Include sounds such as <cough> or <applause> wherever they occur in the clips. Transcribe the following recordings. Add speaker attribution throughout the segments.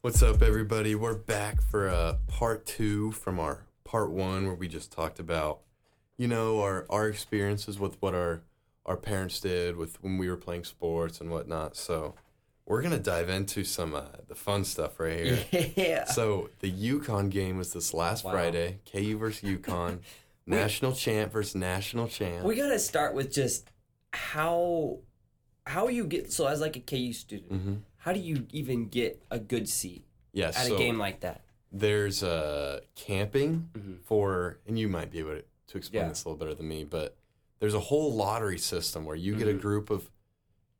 Speaker 1: What's up, everybody? We're back for uh, part two from our part one, where we just talked about, you know, our our experiences with what our our parents did with when we were playing sports and whatnot. So we're gonna dive into some uh, the fun stuff right here.
Speaker 2: <laughs> Yeah.
Speaker 1: So the Yukon game was this last
Speaker 2: Wow.
Speaker 1: Friday. KU versus
Speaker 2: <laughs>
Speaker 1: Yukon. national champ versus national champ.
Speaker 2: We gotta start with just how how you get so as like a KU student, how do you even get a good seat
Speaker 1: Mm-hmm. yeah,
Speaker 2: at
Speaker 1: so
Speaker 2: a game like that?
Speaker 1: there's uh camping for and you might be able to, to explain
Speaker 2: Mm-hmm. Yeah.
Speaker 1: this a little better than me, but there's a whole lottery system where you get
Speaker 2: Mm-hmm.
Speaker 1: a group of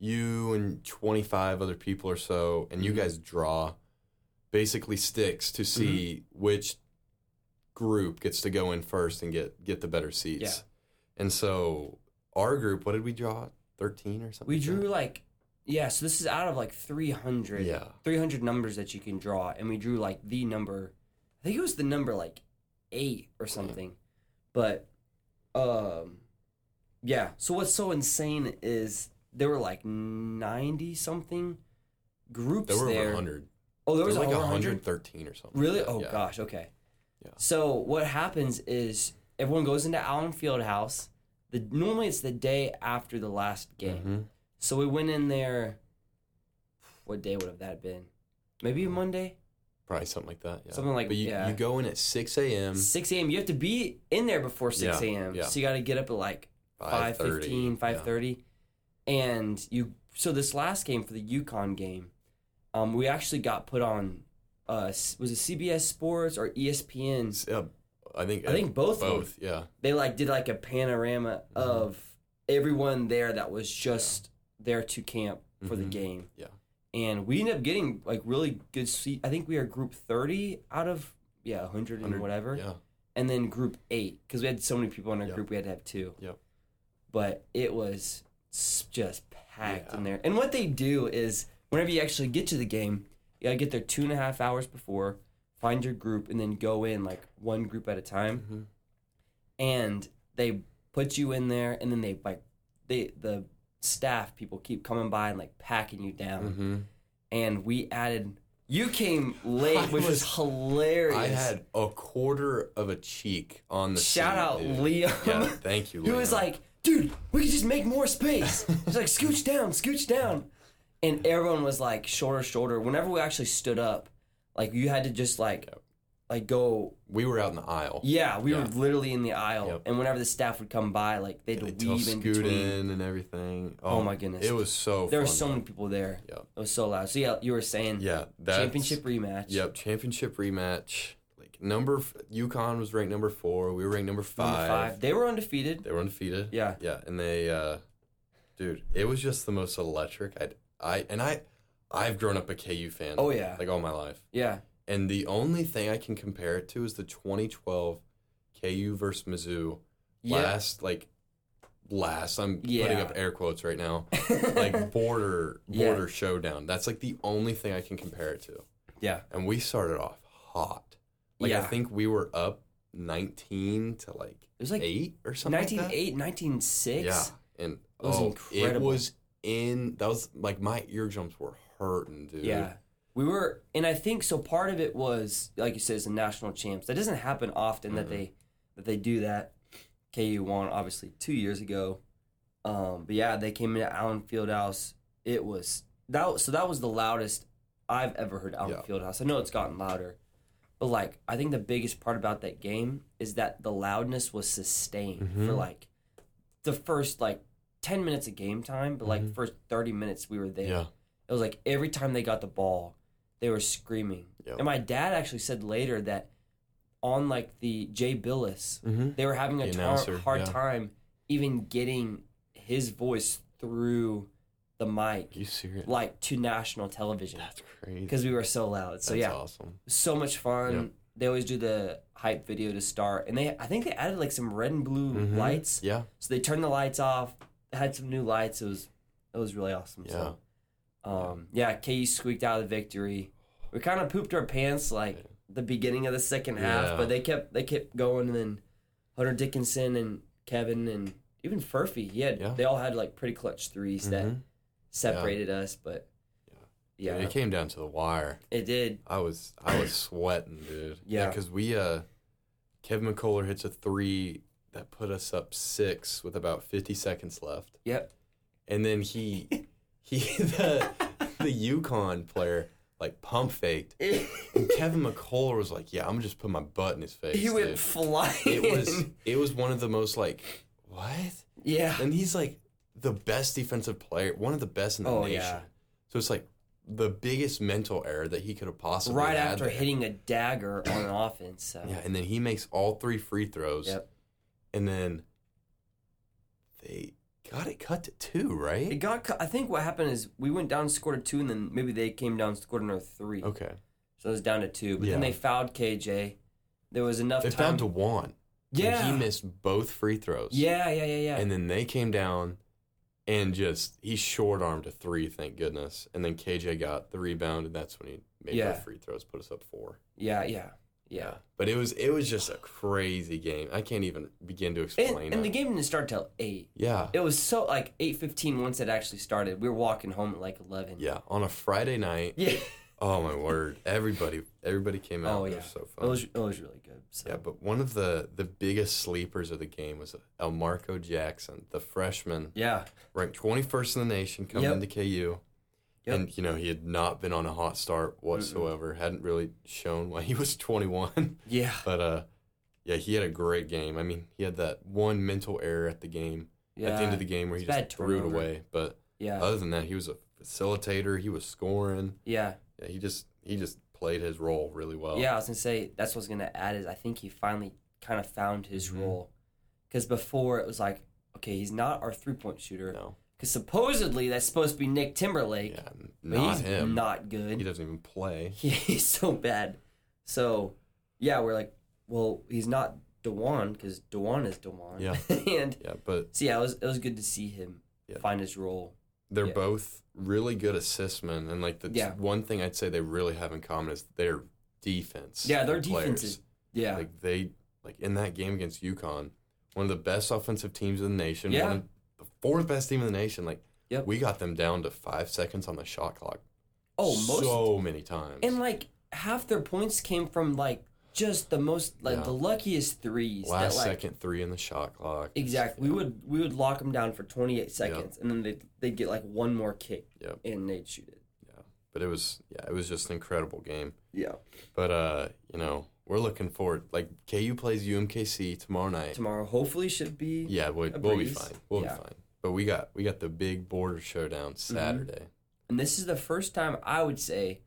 Speaker 1: you and 25 other people or so and
Speaker 2: Mm-hmm.
Speaker 1: you guys draw basically sticks to see
Speaker 2: Mm-hmm.
Speaker 1: which group gets to go in first and get get the better seats.
Speaker 2: Yeah.
Speaker 1: And so our group, what did we draw? 13 or something?
Speaker 2: We
Speaker 1: like that?
Speaker 2: drew like yeah, so this is out of like 300
Speaker 1: Yeah.
Speaker 2: 300 numbers that you can draw and we drew like the number I think it was the number like 8 or something. But um yeah, so what's so insane is there were like 90 something groups
Speaker 1: There
Speaker 2: there.
Speaker 1: were over 100.
Speaker 2: Oh, there
Speaker 1: There
Speaker 2: was
Speaker 1: was like
Speaker 2: over 100
Speaker 1: 113 or something.
Speaker 2: Really?
Speaker 1: like that,
Speaker 2: Oh
Speaker 1: yeah.
Speaker 2: gosh. Okay.
Speaker 1: Yeah.
Speaker 2: So what happens is everyone goes into Allen Fieldhouse. The normally it's the day after the last game.
Speaker 1: Mhm.
Speaker 2: So we went in there. What day would have that been? Maybe
Speaker 1: Um,
Speaker 2: Monday,
Speaker 1: Probably something like that. Yeah.
Speaker 2: Something like-
Speaker 1: But you,
Speaker 2: yeah.
Speaker 1: you go in at six a.m.
Speaker 2: six a.m. You have to be in there before six
Speaker 1: um, Yeah,
Speaker 2: a.m.
Speaker 1: yeah.
Speaker 2: So you got to get up at like
Speaker 1: 5:30,
Speaker 2: 5.15, 5.30.
Speaker 1: yeah.
Speaker 2: And you, so this last game for the Yukon game, um, we actually got put on, uh, s- was it CBS Sports or E ESPN?
Speaker 1: S- uh, I think.
Speaker 2: I think both of them.
Speaker 1: Both. Yeah.
Speaker 2: they like did like a panorama of everyone there that was just there to camp for the
Speaker 1: Mhm.
Speaker 2: game.
Speaker 1: Yeah.
Speaker 2: And we ended up getting like really good seat. I think we are group 30 out of yeah, 100 and
Speaker 1: 100,
Speaker 2: whatever.
Speaker 1: Yeah.
Speaker 2: And then group 8 cuz we had so many people in our
Speaker 1: Yep.
Speaker 2: group we had to have two.
Speaker 1: Yep.
Speaker 2: But it was s- just packed
Speaker 1: Yeah.
Speaker 2: in there. And what they do is whenever you actually get to the game, you got to get there two and a half hours before, find your group and then go in like one group at a time
Speaker 1: Mhm.
Speaker 2: and they put you in there and then they like they the staff people keep coming by and like packing you down
Speaker 1: Mhm.
Speaker 2: and we added you came late
Speaker 1: I
Speaker 2: which was,
Speaker 1: was-
Speaker 2: hilarious
Speaker 1: I had a quarter of a cheek on the.
Speaker 2: Shout
Speaker 1: seat,
Speaker 2: out
Speaker 1: dude.
Speaker 2: Liam.
Speaker 1: Yeah. Thank
Speaker 2: <laughs>
Speaker 1: you.
Speaker 2: who
Speaker 1: Liam.
Speaker 2: was like dude we could just make
Speaker 1: <laughs>
Speaker 2: more space he's like scooch down scooch down and everyone was like shoulder to shoulder whenever we actually stood up like you had to just like like go
Speaker 1: we were out in the aisle.
Speaker 2: yeah we
Speaker 1: Yeah.
Speaker 2: were literally in the aisle
Speaker 1: Yep.
Speaker 2: and whenever the staff would come by like they'd
Speaker 1: They tough
Speaker 2: weave in
Speaker 1: scoot
Speaker 2: between
Speaker 1: in and everything.
Speaker 2: Oh my goodness.
Speaker 1: It was so.
Speaker 2: There were
Speaker 1: fun,
Speaker 2: so
Speaker 1: though.
Speaker 2: many people there.
Speaker 1: Yeah.
Speaker 2: It was so loud. So yeah, you were saying
Speaker 1: Yeah. That's,
Speaker 2: championship rematch.
Speaker 1: Yep. Championship rematch. Like number. f- UConn was ranked number four. We were ranked number
Speaker 2: Number
Speaker 1: five.
Speaker 2: five. They were undefeated.
Speaker 1: They were undefeated.
Speaker 2: Yeah.
Speaker 1: Yeah, and they, uh, dude, it was just the most electric. I, I, and I, I've grown up a KU fan.
Speaker 2: Oh, yeah.
Speaker 1: like all my life.
Speaker 2: Yeah.
Speaker 1: And the only thing I can compare it to is the 2012 KU versus Mizzou
Speaker 2: Yeah.
Speaker 1: last, like last. I'm putting
Speaker 2: Yeah.
Speaker 1: up air quotes right
Speaker 2: <laughs>
Speaker 1: now, like border
Speaker 2: Yeah.
Speaker 1: border showdown. That's like the only thing I can compare it to.
Speaker 2: Yeah.
Speaker 1: And we started off hot. Like I
Speaker 2: Yeah.
Speaker 1: think we were up 19 to like
Speaker 2: It was like
Speaker 1: eight or something. like that.
Speaker 2: 1908, 1906.
Speaker 1: Yeah, and it
Speaker 2: was
Speaker 1: oh, it
Speaker 2: incredible.
Speaker 1: was in that was like my eardrums were hurting, dude.
Speaker 2: Yeah. We were, and I think so. Part of it was, like you said, it's the national champs. That doesn't happen often that they that they do that. KU won obviously two years ago, um, but yeah, they came into Allen Fieldhouse. It was that. was- So that was the loudest I've ever heard Allen
Speaker 1: Yeah.
Speaker 2: Fieldhouse. I know it's gotten louder, but like I think the biggest part about that game is that the loudness was sustained
Speaker 1: Mm-hmm.
Speaker 2: for like the first like ten minutes of game time, but
Speaker 1: Mm-hmm.
Speaker 2: like first thirty minutes we were there.
Speaker 1: yeah,
Speaker 2: It was like every time they got the ball, they were screaming.
Speaker 1: Yep.
Speaker 2: And my dad actually said later that on like the Jay Billis, they were having a
Speaker 1: Mm-hmm. The
Speaker 2: tar-
Speaker 1: announcer,
Speaker 2: hard
Speaker 1: yeah.
Speaker 2: time even getting his voice through the mic,
Speaker 1: you serious?
Speaker 2: like to national television,
Speaker 1: That's crazy.
Speaker 2: because we were so loud. So
Speaker 1: That's
Speaker 2: yeah,
Speaker 1: awesome.
Speaker 2: so much fun.
Speaker 1: Yep.
Speaker 2: They always do the hype video to start, and they I think they added like some red and blue
Speaker 1: Mm-hmm.
Speaker 2: lights.
Speaker 1: Yeah,
Speaker 2: So they turned the lights off, had some new lights. It was it was really awesome.
Speaker 1: Yeah.
Speaker 2: So um yeah, KU squeaked out the victory. We kind of pooped our pants like the beginning of the second half,
Speaker 1: Yeah.
Speaker 2: but they kept they kept going and then Hunter Dickinson and Kevin and even Furphy, he had
Speaker 1: Yeah.
Speaker 2: they all had like pretty clutch 3s that
Speaker 1: Mhm.
Speaker 2: separated us, but
Speaker 1: Yeah.
Speaker 2: Yeah,
Speaker 1: it came down to the wire.
Speaker 2: it did.
Speaker 1: I was I
Speaker 2: <coughs>
Speaker 1: was sweating, dude.
Speaker 2: Yeah.
Speaker 1: because we uh, Kevin McCullough hits a three that put us up six with about fifty seconds left,
Speaker 2: Yep.
Speaker 1: and then he he <laughs> the the Yukon player like pump faked,
Speaker 2: <laughs>
Speaker 1: and Kevin McCullough was like, "Yeah, I'm gonna just put my butt in his face."
Speaker 2: he went
Speaker 1: dude."
Speaker 2: flying. <laughs>
Speaker 1: It was it was one of the most like what,
Speaker 2: yeah.
Speaker 1: and he's like the best defensive player, one of the best in the
Speaker 2: Oh,
Speaker 1: nation.
Speaker 2: yeah.
Speaker 1: So it's like the biggest mental error that he could have possibly
Speaker 2: Right
Speaker 1: had
Speaker 2: after
Speaker 1: there.
Speaker 2: hitting a dagger
Speaker 1: <clears throat>
Speaker 2: on offense. So.
Speaker 1: Yeah, and then he makes all three free throws.
Speaker 2: Yep.
Speaker 1: And then they got it cut to two,
Speaker 2: It
Speaker 1: right?
Speaker 2: got. cu- I think what happened is we went down, scored a two, and then maybe they came down, scored another three.
Speaker 1: Okay.
Speaker 2: So it was down to two. But then
Speaker 1: Yeah.
Speaker 2: they fouled KJ. There was enough
Speaker 1: They
Speaker 2: time.
Speaker 1: found Dewan.
Speaker 2: yeah.
Speaker 1: And he missed both free throws.
Speaker 2: Yeah, yeah, yeah, yeah.
Speaker 1: And then they came down and just he short armed a three, thank goodness. And then KJ got the rebound and that's when he made
Speaker 2: Yeah.
Speaker 1: both free throws, put us up four.
Speaker 2: yeah, yeah, yeah.
Speaker 1: But it was it was just a crazy game. I can't even begin to
Speaker 2: And,
Speaker 1: explain
Speaker 2: and
Speaker 1: it.
Speaker 2: the game didn't start till eight.
Speaker 1: yeah.
Speaker 2: It was so like eight fifteen once it actually started. We were walking home at like eleven.
Speaker 1: yeah. On a Friday night.
Speaker 2: Yeah.
Speaker 1: Oh my word. Everybody everybody came out.
Speaker 2: Oh,
Speaker 1: It
Speaker 2: yeah.
Speaker 1: was so
Speaker 2: It
Speaker 1: fun.
Speaker 2: was it was really good. So
Speaker 1: Yeah, but one of the the biggest sleepers of the game was El Marco Jackson, the freshman,
Speaker 2: yeah.
Speaker 1: ranked 21st in the nation coming
Speaker 2: Yep.
Speaker 1: into KU.
Speaker 2: Yep.
Speaker 1: And you know, he had not been on a hot start whatsoever. Hadn't really shown why he <laughs> was 21,
Speaker 2: Yeah.
Speaker 1: but uh yeah, he had a great game. I mean, he had that one mental error at the game
Speaker 2: Yeah.
Speaker 1: at the Uh, end of the game where he
Speaker 2: It's
Speaker 1: just
Speaker 2: bad
Speaker 1: threw it
Speaker 2: turnover.
Speaker 1: away, but
Speaker 2: yeah.
Speaker 1: other than that, he was a facilitator, he was scoring.
Speaker 2: yeah.
Speaker 1: Yeah, he just he just played his role really well.
Speaker 2: Yeah, I was gonna say that's what's gonna add is I think he finally kind of found his
Speaker 1: Mhm.
Speaker 2: role, because before it was like, okay, he's not our three point shooter,
Speaker 1: No.
Speaker 2: because supposedly that's supposed to be Nick Timberlake,
Speaker 1: Yeah, n-
Speaker 2: but
Speaker 1: not
Speaker 2: he's
Speaker 1: him.
Speaker 2: not
Speaker 1: he
Speaker 2: good. <laughs>
Speaker 1: doesn't even play.
Speaker 2: he's so bad. So yeah, we're like, well, he's not Dewan because Dewan is Dewan.
Speaker 1: Yeah.
Speaker 2: <laughs> and
Speaker 1: Yeah, but
Speaker 2: so yeah, it was it was good to see him
Speaker 1: Yeah.
Speaker 2: find his role.
Speaker 1: they're
Speaker 2: Yeah.
Speaker 1: both really good assist men, and like the t-
Speaker 2: Yeah.
Speaker 1: one thing I'd say they really have in common is their defense.
Speaker 2: Yeah, their
Speaker 1: and players.
Speaker 2: defense is yeah,
Speaker 1: like they like in that game against UConn, one of the best offensive teams in the nation.
Speaker 2: Yeah.
Speaker 1: one of the fourth best team in the nation. Like,
Speaker 2: Yep.
Speaker 1: we got them down to five seconds on the shot clock.
Speaker 2: oh most
Speaker 1: so many times.
Speaker 2: And like half their points came from like just the most like
Speaker 1: Yeah.
Speaker 2: the luckiest threes.
Speaker 1: last
Speaker 2: that, like,
Speaker 1: second three in the shot clock.
Speaker 2: Exactly. We would we would lock them down for 28 seconds, and then they they'd get like one more kick,
Speaker 1: Yep.
Speaker 2: and they'd shoot it.
Speaker 1: But it was yeah, it was just an incredible game.
Speaker 2: Yeah.
Speaker 1: But uh, you know, we're looking forward. Like KU plays UMKC tomorrow night.
Speaker 2: Tomorrow hopefully should be.
Speaker 1: Yeah, we,
Speaker 2: a
Speaker 1: we'll be
Speaker 2: breeze.
Speaker 1: fine. We'll
Speaker 2: Yeah. Mm-hmm.
Speaker 1: be fine. But we got we got the big border showdown Saturday.
Speaker 2: And this is the first time I would say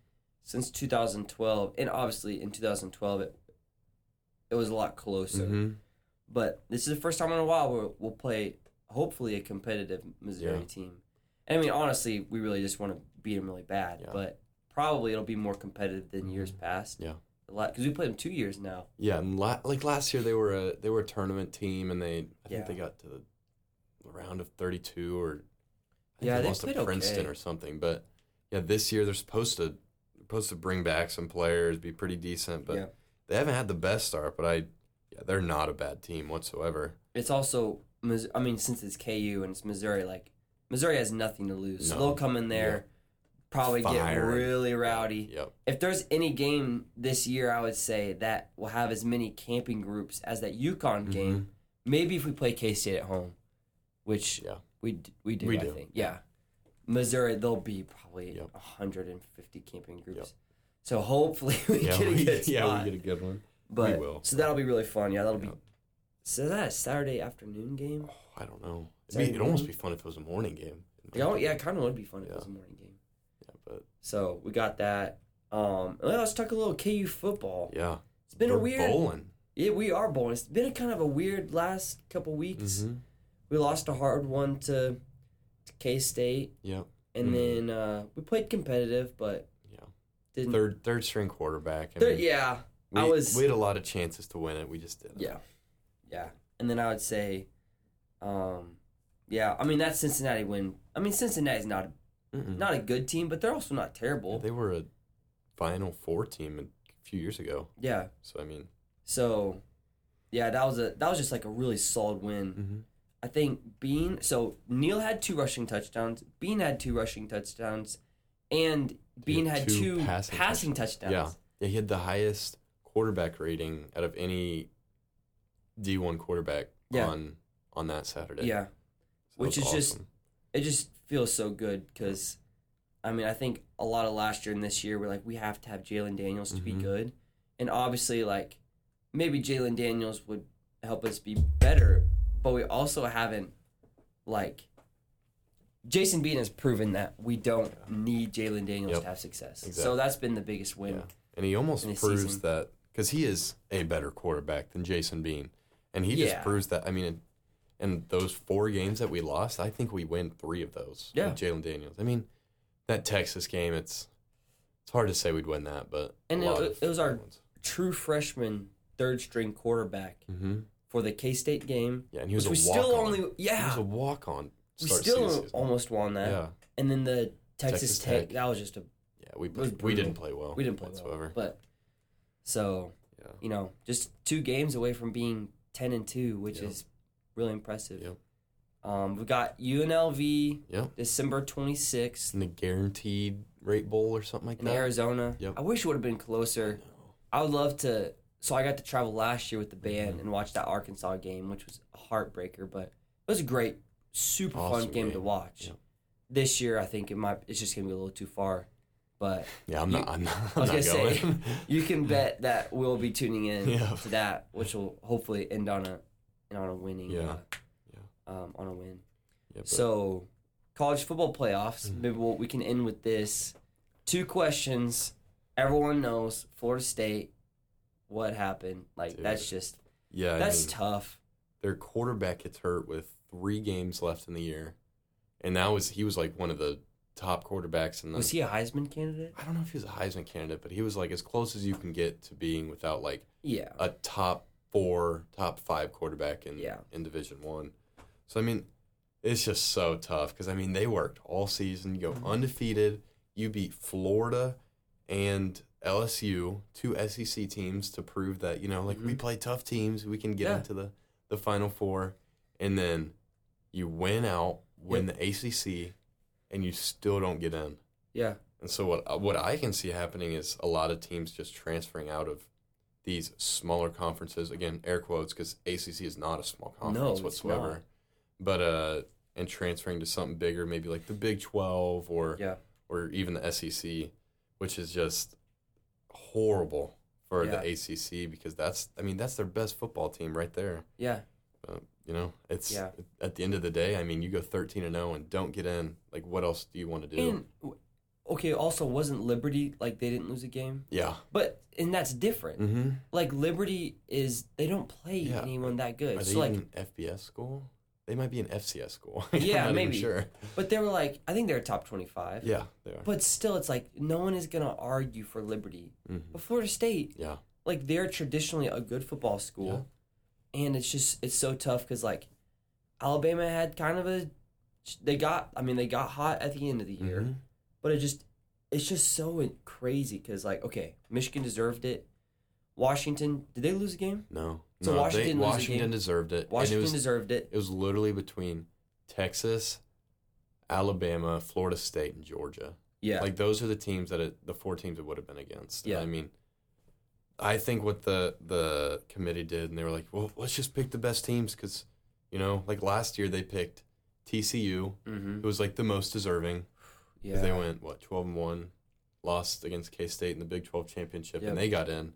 Speaker 2: since 2012, and obviously in 2012 it it was a lot closer.
Speaker 1: Mhm.
Speaker 2: But this is the first time in a while where we'll play hopefully a competitive Missouri
Speaker 1: Yeah.
Speaker 2: team. And I mean, honestly, we really just want to beat them really bad,
Speaker 1: Yeah. Mm-hmm.
Speaker 2: but probably it'll be more competitive than years past.
Speaker 1: Yeah.
Speaker 2: a lot because we played them two years now.
Speaker 1: Yeah, and la- like last year they were a they were a tournament team and they I
Speaker 2: Yeah.
Speaker 1: think they got to the round of 32 or I think
Speaker 2: Yeah,
Speaker 1: they
Speaker 2: they
Speaker 1: lost to
Speaker 2: played okay.
Speaker 1: Princeton or something. But yeah, this year they're supposed to supposed to bring back some players, be pretty decent, but
Speaker 2: Yeah.
Speaker 1: they haven't had the best start. But I yeah, they're not a bad team whatsoever.
Speaker 2: It's also, Mis- I mean, since it's KU and it's Missouri, like Missouri has nothing to lose, so
Speaker 1: No.
Speaker 2: they'll come in there, probably
Speaker 1: Firing.
Speaker 2: get really rowdy.
Speaker 1: Yep.
Speaker 2: If there's any game this year, I would say that will have as many camping groups as that Yukon
Speaker 1: Mm-hmm.
Speaker 2: game. Maybe if we play K State at home, which
Speaker 1: Mm-hmm. Yeah.
Speaker 2: we d- we do,
Speaker 1: We
Speaker 2: I
Speaker 1: do.
Speaker 2: think. Yeah, Missouri, there'll be probably
Speaker 1: Yep.
Speaker 2: 150 camping groups.
Speaker 1: Yep.
Speaker 2: So hopefully <laughs> we
Speaker 1: Yeah,
Speaker 2: <laughs> get a
Speaker 1: we,
Speaker 2: good
Speaker 1: <laughs>
Speaker 2: spot.
Speaker 1: yeah, we get a good one.
Speaker 2: But
Speaker 1: will.
Speaker 2: so that'll be really fun. Yeah, that'll
Speaker 1: Yeah.
Speaker 2: be. So is that a Saturday afternoon game?
Speaker 1: <sighs> I don't know.
Speaker 2: Is
Speaker 1: It'd,
Speaker 2: that
Speaker 1: be, it'd almost be
Speaker 2: morning?
Speaker 1: fun if it was a morning game.
Speaker 2: Yeah, oh, yeah, it kind of would be fun if it
Speaker 1: Yeah.
Speaker 2: was a morning game.
Speaker 1: Yeah, but
Speaker 2: So we got that. Um, well, let's talk a little KU football.
Speaker 1: yeah,
Speaker 2: It's been a
Speaker 1: We're
Speaker 2: weird.
Speaker 1: bowling.
Speaker 2: Yeah, we are bowling. It's been a kind of a weird last couple weeks.
Speaker 1: Mhm.
Speaker 2: We lost a hard one to, to K State,
Speaker 1: Yeah,
Speaker 2: and
Speaker 1: Mhm.
Speaker 2: then uh, we played competitive, but
Speaker 1: Yeah.
Speaker 2: didn't.
Speaker 1: third third string quarterback. I
Speaker 2: Third-
Speaker 1: mean,
Speaker 2: yeah,
Speaker 1: we,
Speaker 2: I was-
Speaker 1: we had a lot of chances to win it. We just didn't.
Speaker 2: Yeah. Yeah. And then I would say, um, yeah, I mean, that Cincinnati win. I mean, Cincinnati's not
Speaker 1: Mm-mm.
Speaker 2: not a good team, but they're also not terrible.
Speaker 1: they were a final four team a few years ago.
Speaker 2: Yeah.
Speaker 1: So I mean,
Speaker 2: So, yeah, that was a that was just like a really solid win. I think Bean. So Neil had two rushing touchdowns. Bean had two rushing touchdowns, and Bean
Speaker 1: Dude,
Speaker 2: had
Speaker 1: two
Speaker 2: two,
Speaker 1: passing
Speaker 2: passing, touchdowns.
Speaker 1: Yeah. yeah, he had the highest quarterback rating out of any D1 quarterback
Speaker 2: Yeah.
Speaker 1: on on that Saturday.
Speaker 2: Yeah.
Speaker 1: So that's
Speaker 2: Which is just-
Speaker 1: awesome.
Speaker 2: It just feels so good because, I mean, I think a lot of last year and this year we're like, we have to have Jalen Daniels to be
Speaker 1: Mhm.
Speaker 2: good. And obviously, like, maybe Jalen Daniels would help us be better, but we also haven't, like, Jason Bean has proven that we don't need Jalen Daniels
Speaker 1: Yep.
Speaker 2: to have success. So
Speaker 1: Exactly.
Speaker 2: that's been the biggest win.
Speaker 1: Yeah. And he almost
Speaker 2: in a
Speaker 1: proves
Speaker 2: season.
Speaker 1: that because he is a better quarterback than Jason Bean. And he just
Speaker 2: Yeah.
Speaker 1: proves that. I mean, in, in those four games that we lost, I think we win three of those
Speaker 2: Yeah.
Speaker 1: with Jalen Daniels. I mean, that Texas game, it's it's hard to say we'd win that, but.
Speaker 2: And
Speaker 1: a
Speaker 2: it-
Speaker 1: lot
Speaker 2: it-
Speaker 1: of
Speaker 2: it was our-
Speaker 1: ones.
Speaker 2: True freshman, third string quarterback
Speaker 1: hmm
Speaker 2: for the K State game.
Speaker 1: Yeah, and he was
Speaker 2: which
Speaker 1: a
Speaker 2: we
Speaker 1: walk
Speaker 2: still
Speaker 1: on.
Speaker 2: only,
Speaker 1: He was
Speaker 2: yeah,
Speaker 1: a walk on.
Speaker 2: we still almost won that.
Speaker 1: Yeah.
Speaker 2: And then the
Speaker 1: Texas
Speaker 2: Texas, Tech,
Speaker 1: Tech.
Speaker 2: that was just a
Speaker 1: Yeah, we
Speaker 2: was
Speaker 1: we
Speaker 2: brutal.
Speaker 1: didn't play well.
Speaker 2: we didn't play
Speaker 1: whatsoever.
Speaker 2: well, but so
Speaker 1: Yeah.
Speaker 2: you know, just two games away from being ten and two, which
Speaker 1: Yep.
Speaker 2: is really impressive.
Speaker 1: Yep.
Speaker 2: Um, we got UNLV
Speaker 1: Yep.
Speaker 2: December twenty sixth
Speaker 1: In the guaranteed rate bowl or something like
Speaker 2: in
Speaker 1: that.
Speaker 2: Arizona.
Speaker 1: Yep.
Speaker 2: I wish it would have been closer. I would love to. So I got to travel last year with the
Speaker 1: Mm-hmm.
Speaker 2: band and watch that Arkansas game, which was a heartbreaker, but it was a great, super
Speaker 1: Awesome
Speaker 2: fun game, to
Speaker 1: game.
Speaker 2: watch.
Speaker 1: Yep.
Speaker 2: This year, I think it might. It's just gonna be a little too far, but
Speaker 1: Yeah, I'm
Speaker 2: You-
Speaker 1: not. I'm not,
Speaker 2: <laughs> I
Speaker 1: I'm
Speaker 2: was
Speaker 1: not
Speaker 2: gonna say,
Speaker 1: <laughs> going.
Speaker 2: you can bet that we'll be tuning in
Speaker 1: Yeah.
Speaker 2: to that, which will hopefully end on a end on a winning.
Speaker 1: Yeah.
Speaker 2: uh,
Speaker 1: Yeah.
Speaker 2: Um, on a win.
Speaker 1: Yeah, but-
Speaker 2: So, college football playoffs.
Speaker 1: Mm-hmm.
Speaker 2: Maybe we'll, we can end with this. Two questions. Everyone knows Florida State. What happened? Like
Speaker 1: Dude,
Speaker 2: that's just
Speaker 1: yeah, I
Speaker 2: that's
Speaker 1: mean,
Speaker 2: tough.
Speaker 1: their quarterback gets hurt with three games left in the year, and that was he was like one of the top quarterbacks in the.
Speaker 2: Was he a Heisman candidate?
Speaker 1: I don't know if he was a Heisman candidate, but he was like as close as you can get to being without like
Speaker 2: Yeah.
Speaker 1: a top four, top five quarterback in
Speaker 2: Yeah.
Speaker 1: in Division One. So I mean, it's just so tough because I mean they worked all season. You go
Speaker 2: Mm-hmm.
Speaker 1: undefeated. You beat Florida and LSU, two SEC teams, to prove that you know like we play tough teams. We can get
Speaker 2: Mm-hmm. Yeah.
Speaker 1: into the the Final Four, and then you win out, win the ACC, and you still don't get in.
Speaker 2: Yeah.
Speaker 1: And so what uh, what I can see happening is a lot of teams just transferring out of these smaller conferences again, air quotes, because ACC is not a small
Speaker 2: No,
Speaker 1: conference
Speaker 2: it's
Speaker 1: whatsoever.
Speaker 2: not.
Speaker 1: But uh, and transferring to something bigger, maybe like the Big Twelve or
Speaker 2: Yeah.
Speaker 1: or even the SEC, which is just horrible for
Speaker 2: Yeah.
Speaker 1: the ACC because that's I mean that's their best football team right there.
Speaker 2: Yeah.
Speaker 1: Um, you know, it's
Speaker 2: Yeah.
Speaker 1: at the end of the day. I mean, you go thirteen and zero and don't get in. Like, what else do you want to do?
Speaker 2: And w- okay. Also, wasn't Liberty like they didn't lose a game?
Speaker 1: yeah.
Speaker 2: But and that's different.
Speaker 1: Mm-hmm.
Speaker 2: Like Liberty is they don't play
Speaker 1: Yeah.
Speaker 2: anyone that good.
Speaker 1: Are they
Speaker 2: so like
Speaker 1: even an FBS school? They might be an FCS school. <laughs>
Speaker 2: Yeah,
Speaker 1: I'm not even
Speaker 2: maybe.
Speaker 1: sure.
Speaker 2: But they were like, I think they're top 25.
Speaker 1: Yeah, they are.
Speaker 2: But still, it's like, no one is going to argue for Liberty.
Speaker 1: Mhm.
Speaker 2: But Florida State,
Speaker 1: Yeah,
Speaker 2: like, they're traditionally a good football school. And it's just, it's so tough because, like, Alabama had kind of a, they got, I mean, they got hot at the end of the year.
Speaker 1: Mhm.
Speaker 2: But it just, it's just so crazy because, like, okay, Michigan deserved it. Washington, did they lose a game?
Speaker 1: No,
Speaker 2: So
Speaker 1: no,
Speaker 2: Washington
Speaker 1: they,
Speaker 2: lose the
Speaker 1: Washington
Speaker 2: game.
Speaker 1: deserved it.
Speaker 2: Washington
Speaker 1: and it was
Speaker 2: deserved it.
Speaker 1: it was literally between Texas, Alabama, Florida State, and Georgia.
Speaker 2: Yeah.
Speaker 1: Like those are the teams that it, the four teams it would have been against. And
Speaker 2: Yeah.
Speaker 1: I mean, I think what the the committee did, and they were like, well, let's just pick the best teams because, you know, like last year they picked TCU,
Speaker 2: mm-hmm.
Speaker 1: who was like the most deserving.
Speaker 2: Yeah.
Speaker 1: Because they went what twelve and one, lost against K State in the Big Twelve championship,
Speaker 2: Yep.
Speaker 1: and they got in.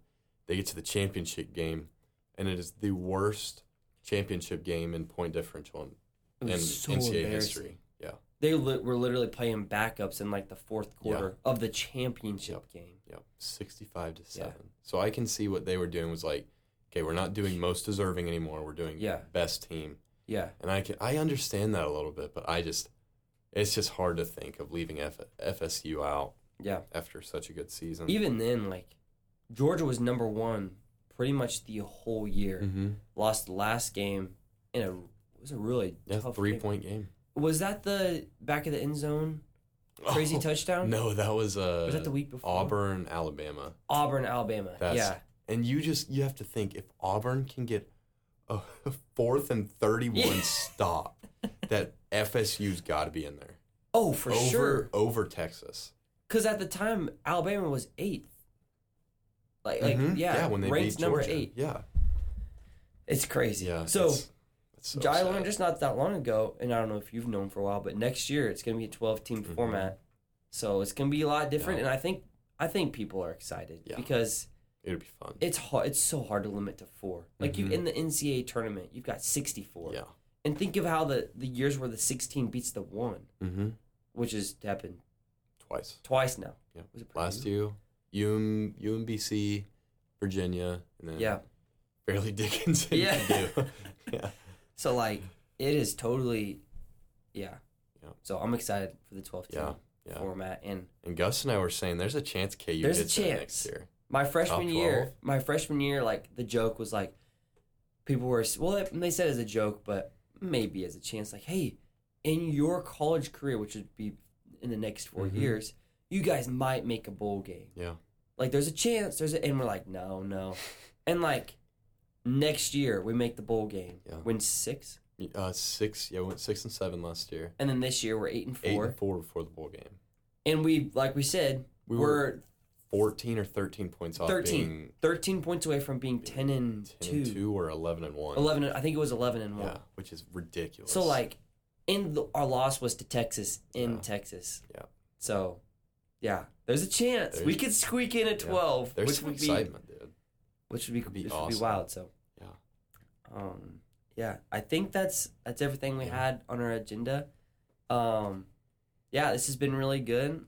Speaker 1: They get to the championship game, and it is the worst championship game in point differential in, in
Speaker 2: It was so
Speaker 1: NCAA
Speaker 2: embarrassing.
Speaker 1: history. Yeah,
Speaker 2: they li- were literally playing backups in like the fourth quarter of the championship game.
Speaker 1: yeah, sixty-five to seven. So I can see what they were doing was like, okay, we're not doing most deserving anymore. We're doing
Speaker 2: Yeah.
Speaker 1: best team,
Speaker 2: Yeah,
Speaker 1: and I can I understand that a little bit, but I just it's just hard to think of leaving F- FSU out
Speaker 2: yeah.
Speaker 1: after such a good season.
Speaker 2: Even then, like Georgia was number one pretty much the whole year.
Speaker 1: hmm
Speaker 2: Lost the last game in a it was a really
Speaker 1: Yeah,
Speaker 2: tough game.
Speaker 1: three-point game.
Speaker 2: Was that the back of the end zone crazy
Speaker 1: Oh.
Speaker 2: touchdown?
Speaker 1: No, that was uh
Speaker 2: Was that the week before?
Speaker 1: Auburn, Alabama.
Speaker 2: Auburn, Alabama.
Speaker 1: That's
Speaker 2: yeah,
Speaker 1: and you just you have to think if Auburn can get a <laughs> fourth and thirty one
Speaker 2: <laughs> Yeah.
Speaker 1: stop, that FSU's got to be in there
Speaker 2: Oh, for
Speaker 1: over
Speaker 2: sure.
Speaker 1: over Texas.
Speaker 2: because at the time Alabama was eighth. Like, like
Speaker 1: Mhm.
Speaker 2: yeah,
Speaker 1: when they
Speaker 2: ranked
Speaker 1: beat
Speaker 2: number
Speaker 1: Georgia.
Speaker 2: eight.
Speaker 1: Yeah,
Speaker 2: It's crazy.
Speaker 1: yeah.
Speaker 2: so
Speaker 1: that's- that's so
Speaker 2: I
Speaker 1: sad.
Speaker 2: learned just not that long ago, and I don't know if you've known for a while, but next year it's gonna be a twelve team
Speaker 1: Mhm.
Speaker 2: format, so it's gonna be a lot different.
Speaker 1: Yeah.
Speaker 2: And I think I think people are excited
Speaker 1: Yeah.
Speaker 2: because
Speaker 1: it'd be fun.
Speaker 2: it's hard. It's so hard to limit to four. Like
Speaker 1: Mhm.
Speaker 2: you in the NCAA tournament, you've got sixty four.
Speaker 1: Yeah.
Speaker 2: And think of how the the years where the sixteen beats the one,
Speaker 1: Mm-hmm.
Speaker 2: which has happened
Speaker 1: Twice.
Speaker 2: twice now.
Speaker 1: Yeah.
Speaker 2: Was it
Speaker 1: Last year, UM, UMBC, Virginia, and then
Speaker 2: Yeah.
Speaker 1: Fairleigh <laughs> Dickinson.
Speaker 2: Yeah.
Speaker 1: to
Speaker 2: <laughs>
Speaker 1: do. yeah.
Speaker 2: So like it is totally, yeah.
Speaker 1: Yeah.
Speaker 2: So I'm excited for the 12 team
Speaker 1: Yeah. Yeah.
Speaker 2: format. And
Speaker 1: And Gus and I were saying there's a chance KU
Speaker 2: There's a
Speaker 1: gets that
Speaker 2: chance.
Speaker 1: next year.
Speaker 2: my freshman
Speaker 1: Top
Speaker 2: year,
Speaker 1: 12?
Speaker 2: my freshman year, like the joke was like, people were well, it- they said as a joke, but maybe as a chance, like, hey, in your college career, which would be in the next 4
Speaker 1: Mhm.
Speaker 2: years, you guys might make a bowl game.
Speaker 1: Yeah.
Speaker 2: Like, there's a chance. There's a, and we're like, no, no,
Speaker 1: <laughs>
Speaker 2: and like. Next year we make the bowl game,
Speaker 1: Yeah.
Speaker 2: win six,
Speaker 1: Uh, six. Yeah, we went six and seven last year.
Speaker 2: and then this year we're eight and
Speaker 1: Eight
Speaker 2: four,
Speaker 1: and four before the bowl game.
Speaker 2: and we like we said
Speaker 1: We
Speaker 2: we're
Speaker 1: were fourteen or thirteen points off
Speaker 2: 13.
Speaker 1: being
Speaker 2: 13 points away from being 10 and
Speaker 1: ten
Speaker 2: 2.
Speaker 1: and two or eleven and one.
Speaker 2: 11 and- I think it was 11 and 1.
Speaker 1: Yeah, which is ridiculous.
Speaker 2: so like in the, our loss was to Texas in
Speaker 1: Yeah.
Speaker 2: Texas.
Speaker 1: Yeah.
Speaker 2: So yeah, there's a chance we
Speaker 1: There's-
Speaker 2: could squeak in a 12,
Speaker 1: there's
Speaker 2: which
Speaker 1: some
Speaker 2: would
Speaker 1: excitement, dude.
Speaker 2: be which would be,
Speaker 1: It'd be
Speaker 2: which would be
Speaker 1: awesome.
Speaker 2: wild. So
Speaker 1: Yeah.
Speaker 2: um yeah, I think that's that's everything we
Speaker 1: Yeah.
Speaker 2: had on our agenda. Um yeah, this has been really good.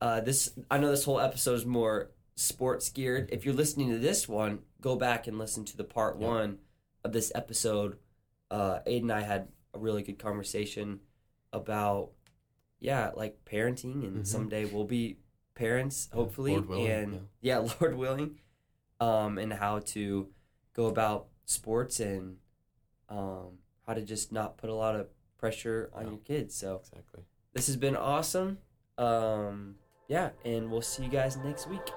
Speaker 2: Uh this I know this whole episode is more sports geared. If you're listening to this one, go back and listen to the part
Speaker 1: Yeah.
Speaker 2: one of this episode. Uh, Aiden and I had a really good conversation about, yeah, like parenting, and
Speaker 1: Mhm.
Speaker 2: someday we'll be parents, hopefully,
Speaker 1: Lord willing,
Speaker 2: and <laughs> yeah. Lord willing, um, and how to go about sports and um, how to just not put a lot of pressure on
Speaker 1: Yeah.
Speaker 2: your kids. So
Speaker 1: Exactly.
Speaker 2: this has been awesome. Um, yeah, and we'll see you guys next week.